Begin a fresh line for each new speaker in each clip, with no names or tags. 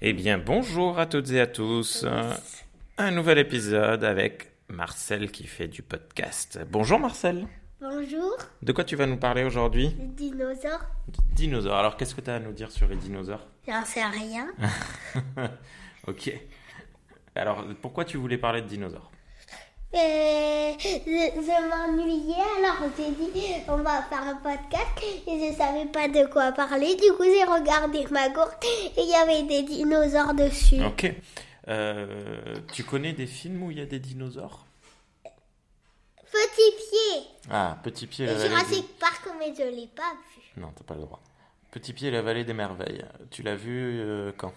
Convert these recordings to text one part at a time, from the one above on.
Eh bien, bonjour à toutes et à tous. Euh, Un nouvel épisode avec Marcel qui fait du podcast. Bonjour Marcel.
Bonjour,
De quoi tu vas nous parler aujourd'hui
les dinosaures.
Dinosaures. Alors, qu'est-ce que tu as à nous dire sur les dinosaures
J'en sais rien.
Ok. Alors, pourquoi tu voulais parler de dinosaures
Euh, je je m'ennuyais, alors j'ai dit on va faire un podcast et je savais pas de quoi parler. Du coup, j'ai regardé ma gourde et il y avait des dinosaures dessus.
Ok. Euh, tu connais des films où il y a des dinosaures
Petit pied
Ah, Petit Pied et la
et
vallée des...
Jurassic Park, mais je l'ai pas vu.
Non, t'as pas le droit. Petit Pied et la vallée des merveilles. Tu l'as vu euh, quand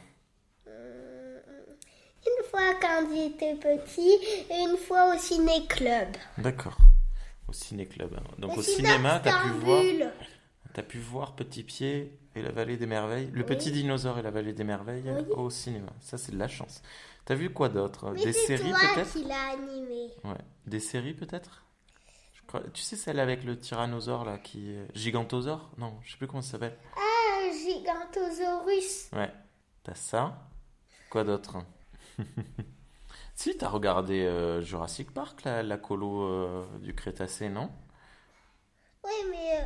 Euh, Une fois quand j'étais petit et une fois au ciné-club.
D'accord. Au ciné-club. hein. Donc, au
Le
cinéma, t'as pu voir...
Cinéstambule.
T'as pu voir Petit Pied et la Vallée des Merveilles Le Petit Dinosaure et la Vallée des Merveilles
Oui.
au cinéma. Ça, c'est de la chance. T'as vu quoi d'autre
Mais
Des
c'est
séries
toi
peut-être
qui l'as animé.
Ouais. Des séries peut-être Je crois- Tu sais celle avec le tyrannosaure là qui... est- Gigantosaure Non, je sais plus comment ça s'appelle.
Un gigantosaurus.
Ouais. T'as ça Quoi d'autre Si, t'as regardé euh, Jurassic Park, la, la colo euh, du Crétacé, non
Oui, mais... euh,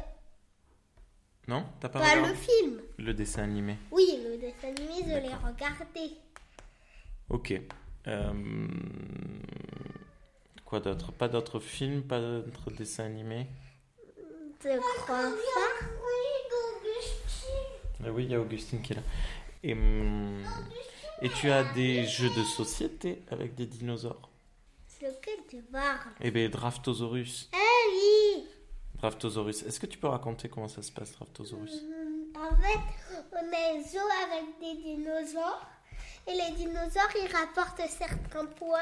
Non T'as pas,
Pas
regardé
le film.
le dessin animé
Oui, le dessin animé, je l'ai
D'accord.
regardé.
Ok. Euh, Quoi d'autre Pas d'autres films, pas d'autres dessins animés
Je crois pas.
Ah Oui, il y a Augustine qui est là. Et, hum, et tu as des jeux de société avec des dinosaures.
C'est lequel tu parles
Eh bien, Draftosaurus.
Ah oui
Draftosaurus. Est-ce que tu peux raconter comment ça se passe, Draftosaurus
Hum, En fait, on a un zoo avec des dinosaures. Et les dinosaures, ils rapportent certains points.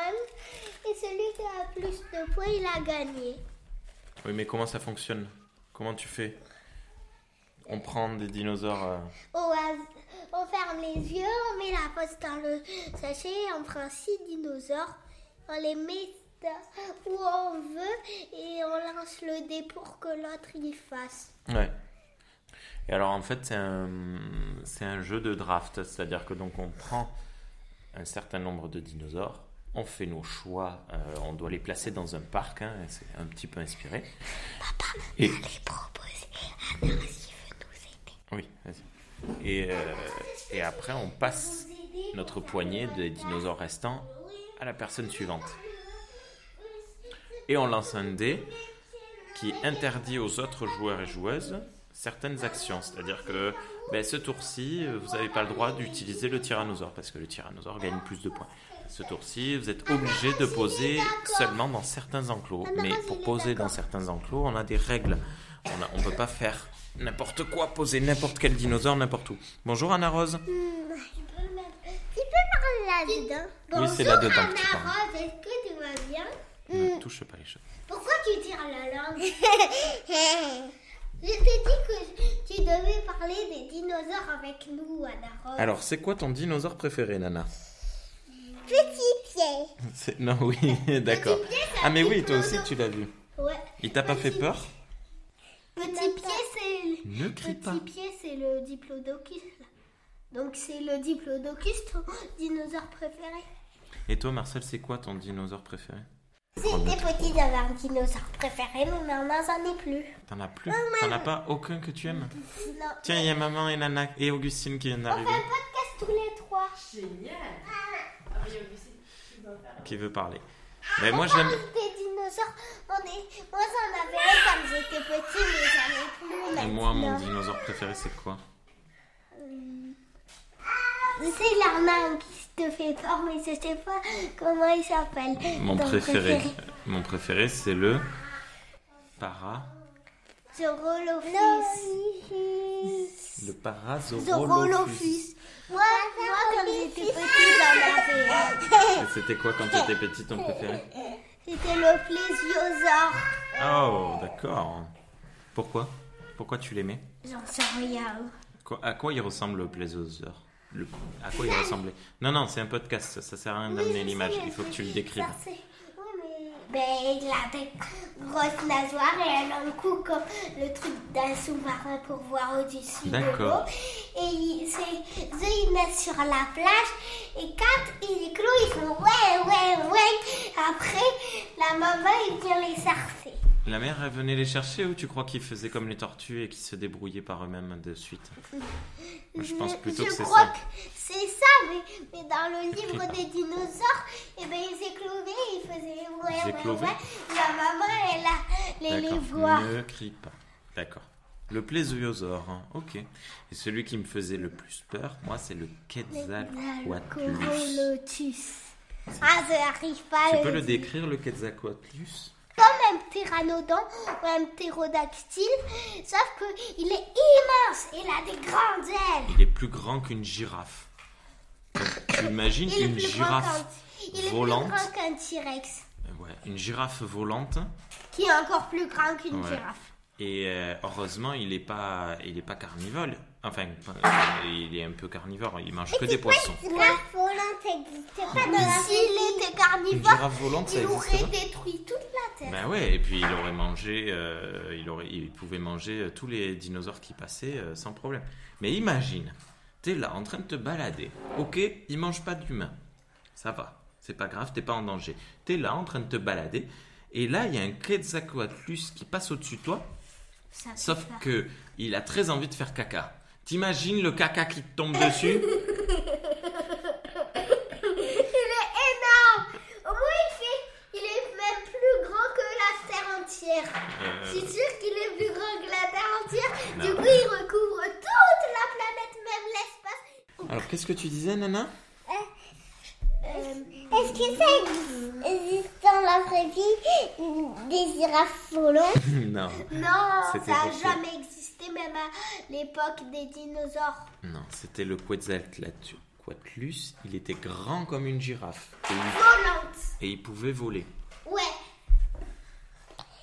Et celui qui a plus de points, il a gagné.
Oui, mais comment ça fonctionne Comment tu fais On prend des dinosaures. euh,
Au has- on ferme les yeux, on met la poste dans le sachet, on prend six dinosaures, on les met dans- où on veut et on lance le dé pour que l'autre y fasse.
Ouais. Et alors en fait c'est un, c'est un jeu de draft, c'est-à-dire que donc on prend un certain nombre de dinosaures, on fait nos choix, euh, on doit les placer dans un parc, hein, et c'est un petit peu inspiré. Et
Les proposer à Nars, il veut nous
oui, vas-y. Et, euh, et après on passe
aider.
notre poignée des dinosaures restants à la personne suivante. Et on lance un dé qui interdit aux autres joueurs et joueuses certaines actions. C'est-à-dire que ben, ce tour-ci, euh, vous n'avez pas le droit d'utiliser le tyrannosaure parce que le tyrannosaure gagne plus de points. Ce tour-ci, vous êtes obligé de poser seulement dans certains enclos. Mais pour poser dans certains enclos, on a des règles. On ne peut pas faire n'importe quoi, poser n'importe quel dinosaure, n'importe où. Bonjour Anna Rose.
Tu peux me parler là-dedans
Oui, c'est là-dedans que tu parles.
Rose, est-ce que tu vas bien
Ne touche pas les choses.
Pourquoi tu tires la langue Je t'ai dit que je- tu devais parler des dinosaures avec nous, Anna Rose.
Alors, c'est quoi ton dinosaure préféré, Nana
Petit pied.
C'est- Non, oui, d'accord. Ah, mais oui, toi aussi, tu l'as vu.
Ouais.
Il t'a pas fait peur
Petit pied, c'est le...
Ne crie pas.
Petit pied, c'est le diplodocus. là. Donc c'est le diplodocus, ton dinosaure préféré.
Et toi, Marcel, c'est quoi ton dinosaure préféré Oh, bah,
C'était petit d'avoir un dinosaure préféré, mais maintenant j'en ai plus.
T'en as plus T'en as pas aucun que tu aimes
Non.
Tiens, il y a maman et Nana et Augustine qui viennent d'arriver,
Podcast tous les trois.
Génial Ah oui, Augustine, tu dois faire.
qui veut parler. Mais moi, j'aime...
Des dinosaures, on est... moi j'en avais un quand j'étais petit, mais j'en ai plus
Et moi,
maintenant.
mon dinosaure préféré, c'est quoi
C'est l'arnaque qui te fait peur, mais je sais pas comment il s'appelle.
Mon
Ton
préféré. Mon préféré, c'est le... Para...
Zorolophus.
Le Parasaurolophus.
Zorolophus. Moi, moi, quand j'étais petite, j'en avais un.
Et C'était quoi quand t'étais petit, ton préféré
C'était le plésiosaure.
Oh, d'accord. Pourquoi Pourquoi tu l'aimais
J'en sais rien.
Quoi- À quoi il ressemble le plésiosaure Le- À quoi il ressemblait Non, non, c'est un podcast, ça, ça sert à rien d'amener l'image, il faut que tu le décrives.
Oui, mais Ben, il a des grosses nageoires et elle a le cou comme le truc d'un sous-marin pour voir au-dessus de l'eau.
D'accord.
Et il- ses œufs, ils naissent sur la plage. Et quand il éclot, ils font ouais, ouais, ouais. Après, la maman, il vient les sarcer.
La mère, elle venait les chercher ou tu crois qu'ils faisaient comme les tortues et qu'ils se débrouillaient par eux-mêmes de suite Moi, Je pense plutôt
je
que c'est
crois
ça.
que c'est ça, mais, mais dans le livre des dinosaures, eh ben, ils éclovaient, ils faisaient ouais, ouais,
éclovaient.
ouais. La maman, elle a les les
D'accord.
voir.
Ne crie pas. D'accord. Le plésiosaure, hein. ok. Et celui qui me faisait le plus peur, moi, c'est le Quetzalcoatlus.
Lotus. Ah, je n'arrive pas à
Tu peux le
dire.
décrire, le Quetzalcoatlus
Comme un pteranodon ou un ptérodactyle, sauf qu'il est immense, il a des grandes ailes.
Il est plus grand qu'une girafe. Donc, tu imagines
Il est
une
plus grand
girafe
qu'un- il est plus
volante.
grand qu'un T-Rex,
Ouais, une girafe volante.
qui est encore plus grand qu'une
Ouais.
girafe.
Et euh, heureusement, il n'est pas, il est pas carnivore. Enfin, euh, il est un peu carnivore. Il mange que des poissons.
Girafe volante n'existait pas dans la S'il était
Une
carnivore,
girafe volante, ça
il
existe hein.
aurait
pas
détruit toute la Terre.
Ben ouais, et puis il aurait mangé, euh, il, aurait, il pouvait manger euh, tous les dinosaures qui passaient euh, sans problème. Mais imagine, t'es là en train de te balader. Ok, il mange pas d'humains. Ça va, c'est pas grave, t'es pas en danger. T'es là en train de te balader. Et là, il y a un Quetzalcoatlus qui passe au-dessus de toi,
Ça fait
sauf
peur.
que il a très envie de faire caca. T'imagines le caca qui te tombe dessus
Il est énorme Au moins, il fait... Il est même plus grand que la Terre entière. Je
Euh,
suis sûre qu'il est plus grand que la Terre entière.
Non.
Du coup, il recouvre toute la planète, même l'espace.
Alors, qu'est-ce que tu disais, Nana
Euh, Est-ce que ça existe dans la vraie vie des girafes volantes
Non,
Non,
C'était
ça n'a
pour ça.
jamais existé, même à l'époque des dinosaures.
non, c'était le Quetzalcoatlus. Il était grand comme une girafe. Et il
Volantes
et il pouvait voler.
Ouais.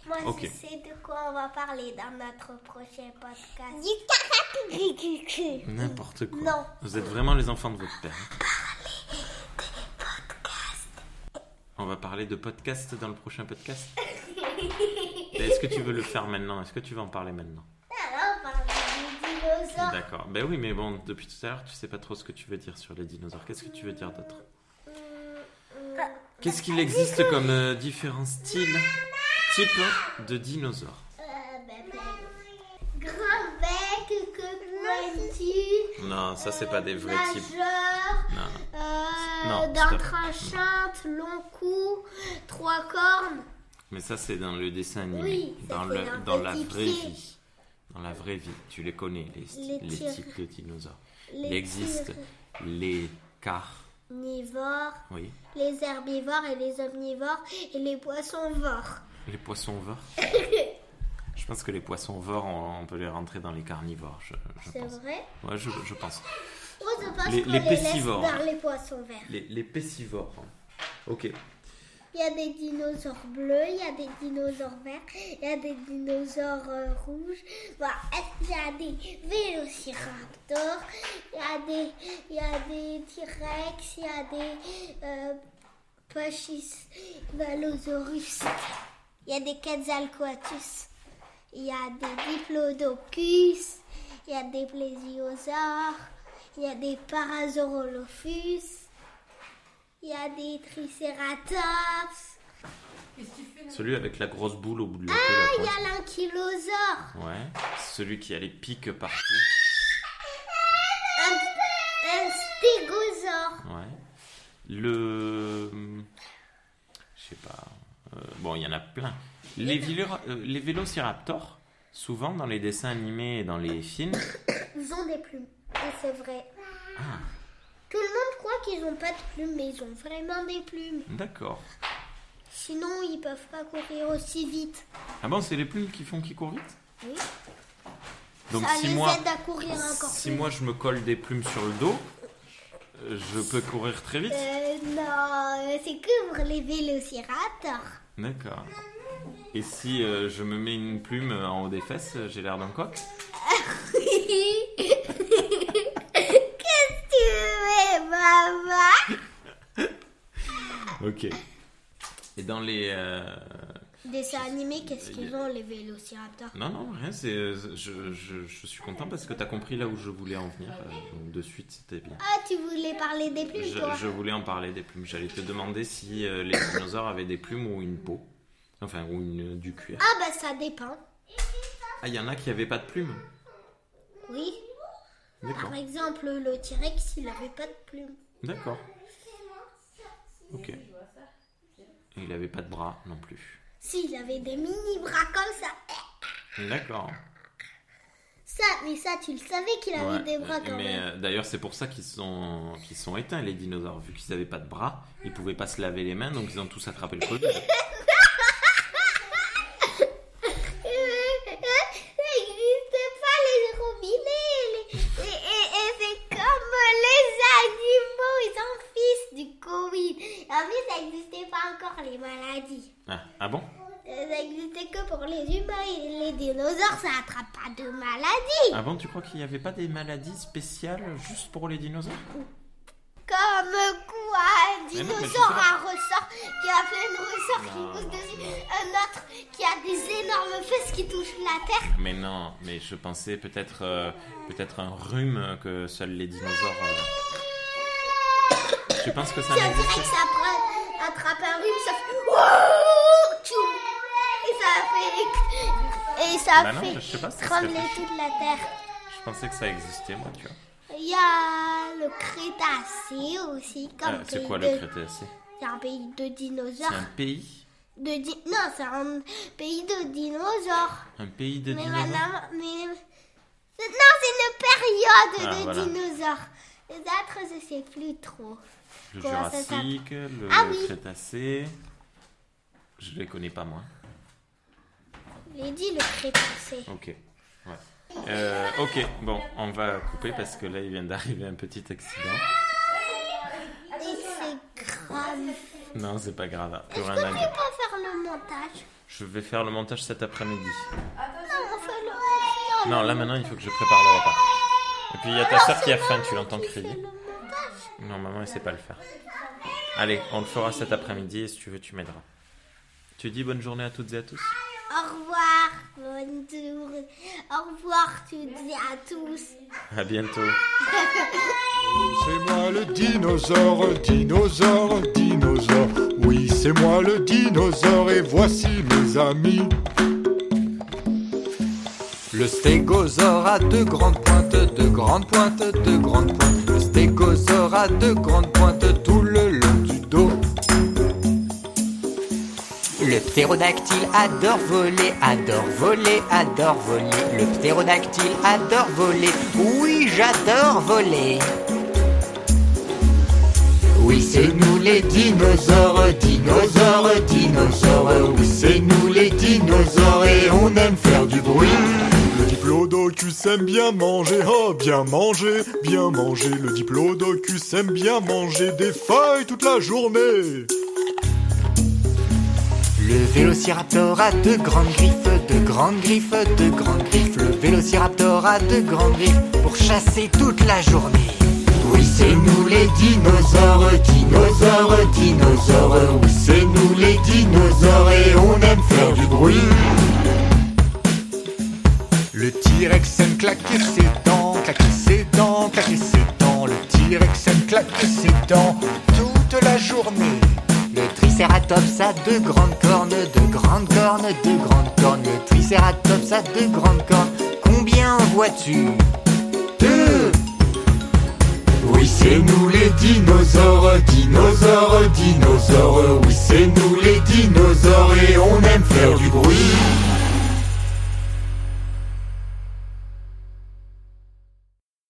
Moi,
Ok.
je sais de quoi on va parler dans notre prochain podcast.
N'importe quoi.
Non.
Vous êtes vraiment les enfants de votre père. On va parler de podcast dans le prochain podcast. Est-ce que tu veux le faire maintenant Est-ce que tu vas en parler maintenant
Alors, on parle des dinosaures.
D'accord. Ben oui, mais bon, depuis tout à l'heure, tu sais pas trop ce que tu veux dire sur les dinosaures. Qu'est-ce que tu veux dire d'autre Qu'est-ce qu'il existe comme euh, différents styles, types de dinosaures
Euh, ben, Grand bec, que pointu,
Non, ça c'est pas des vrais types.
nageur,
Non.
euh,
Non,
dents
stop.
tranchantes, long cou, trois cornes.
Mais ça, c'est dans le dessin animé.
Oui, ça,
dans
c'est
le,
un
dans la
petit
vraie
pied.
vie. Dans la vraie vie, tu les connais, les, sti-
Les
les
tigres.
types de dinosaures. Il existe les carnivores,
carnivores,
oui.
les herbivores et les omnivores et les poissons vores.
Les poissons vores. je pense que les poissons vores, on, on peut les rentrer dans les carnivores, je, je
C'est
pense.
vrai
Ouais, je, je pense.
Moi, je pense
Les-
qu'on
les
les laisse
pécivores.
dans les poissons verts.
Les, les pécivores. hein. Ok.
Il y a des dinosaures bleus, il y a des dinosaures verts, il y a des dinosaures euh, rouges, Bon, il y a des vélociraptors, il y a des, il y a des T-Rex, il y a des euh, Pachycephalosaurus, il y a des Quetzalcoatlus, il y a des Diplodocus, il y a des Plésiosaures, il y a des Parasaurolophus. Il y a des tricératops.
Qu'est-ce que tu fais là
Celui avec la grosse boule au bout de la queue.
Ah, Il y
là,
a l'ankylosaure.
quoi. Ouais. Celui qui a les pics partout.
Un, un stégosaure.
Ouais. Le. Je sais pas. Euh, bon, il y en a plein. Les, vilo- euh, les vélociraptors, souvent dans les dessins animés et dans les films.
Ils ont des plumes. Et c'est vrai.
Ah,
Tout le monde croit qu'ils n'ont pas de plumes, mais ils ont vraiment des plumes.
d'accord.
Sinon, ils peuvent pas courir aussi vite.
Ah bon, c'est les plumes qui font qu'ils courent vite
Oui.
Donc
Ça
si,
les
moi,
aide à courir encore
si
plus.
moi je me colle des plumes sur le dos, euh, je peux courir très vite
Euh, non, euh, c'est que pour les vélociraptors.
D'accord. Et si euh, je me mets une plume euh, en haut des fesses, euh, j'ai l'air d'un coq
Qu'est-ce que tu veux, maman
Ok. Et dans les. euh,
Dessins animés, qu'est-ce
Il
qu'ils ont, les vélociraptors
Non, non, rien, c'est, euh, je, je- je suis content parce que tu as compris là où je voulais en venir. euh, donc de suite, c'était bien.
Ah, tu voulais parler des plumes,
Je,
toi
je voulais en parler des plumes. J'allais te demander si euh, les dinosaures avaient des plumes ou une peau. Enfin, ou une, euh, du cuir.
Ah, bah ça dépend.
Ah, il y en a qui n'avaient pas de plumes.
Oui.
D'accord.
Par exemple, le T-Rex, il avait pas de plumes.
D'accord. Ok. Et il n'avait pas de bras non plus.
Si, il avait des mini-bras comme ça.
D'accord.
Ça, mais ça, tu le savais qu'il avait
Ouais,
des bras quand
mais
même.
euh, d'ailleurs, c'est pour ça qu'ils sont, qu'ils sont éteints, les dinosaures. Vu qu'ils n'avaient pas de bras, ils pouvaient pas se laver les mains, donc ils ont tous attrapé le Covid. euh,
Ça n'existait pas les robinets. les- Et, et- et c'est comme les animaux, ils en fichent du Covid. En fait, ça n'existait pas encore les maladies.
Ah, ah bon
Ça n'existait que pour les humains et les dinosaures, ça attrape pas de maladies.
Ah bon, tu crois qu'il n'y avait pas des maladies spéciales juste pour les dinosaures
Comme quoi, un
Mais non, mais je sais
dinosaure
pas.
a un ressort qui a plein de ressorts qui
Non,
poussent
non,
dessus,
non.
un autre qui a des énormes fesses qui touchent la terre.
Mais non, mais je pensais peut-être euh, peut-être un rhume que seuls les dinosaures. euh. Tu penses que ça
Si on dirait que
n'existe
ça prend- attrape un rhume, ça fait Wouh Tchoum et ça fait et ça
Bah non,
fait
je sais pas, ça se
trembler
réfléchit.
toute la terre.
Je pensais que ça existait, moi, tu vois. Euh,
Il y a le Crétacé aussi comme
Euh, c'est
pays
quoi
de-
le Crétacé
C'est un pays de
C'est un
dinosaures.
pays
De di- Non, c'est un pays de dinosaures.
Un pays de
Mais
dinosaures
maintenant, mais... c'est- Non, c'est une période
Ah,
de
voilà.
dinosaures. Les autres, je sais plus trop.
Le
Comment ça
Jurassique, le
Ah oui.
Crétacé. Je les connais pas, moi.
J'ai dit le Crétacé.
Ok. Ouais. Euh, ok, bon, on va couper parce que là, il vient d'arriver un petit accident.
Et c'est grave.
Non, c'est pas grave. plus rien
Est-ce
à
que
dire.
tu peux faire le montage
Je vais faire le montage cet après-midi.
Non, on fait le montage.
Non, là maintenant, il faut que je prépare le repas. Et puis il y a ta soeur qui a faim, tu l'entends crier. Non, maman, elle sait pas le faire. Allez, on le fera cet après-midi et si tu veux, tu m'aideras. Tu dis bonne journée à toutes et à tous
Au revoir. Bonne journée. Au revoir, tu dis à tous.
À bientôt.
C'est moi le dinosaure, dinosaure, dinosaure. Oui, c'est moi le dinosaure et voici mes amis.
Le stégosaure a deux grandes pointes, deux grandes pointes, deux grandes pointes. Le stégosaure a deux grandes pointes tout le long du dos. Le ptérodactyle adore voler, adore voler, adore voler. Le ptérodactyle adore voler. Oui, j'adore voler. Oui, c'est nous les dinosaures, dinosaures, dinosaures. Oui,
C'est nous les dinosaures et on aime faire du bruit. Le diplodocus aime bien manger, oh bien manger, bien manger. Le diplodocus aime bien manger des feuilles toute la journée.
Le vélociraptor a de grandes griffes, de grandes griffes, de grandes griffes. Le vélociraptor a de grandes griffes pour chasser toute la journée. Oui, c'est nous les dinosaures, dinosaures, dinosaures. Oui,
C'est nous les dinosaures et on aime faire du bruit.
Le T-Rex aime claquer ses dents, claquer ses dents, claquer ses dents. Le T-Rex aime claquer ses dents toute la journée. Le Triceratops a deux grandes cornes, deux grandes cornes, deux grandes cornes. Le Triceratops a deux grandes cornes. Combien en vois-tu Deux
Oui, c'est nous les dinosaures, dinosaures, dinosaures. Oui, c'est nous les dinosaures et on aime faire du bruit.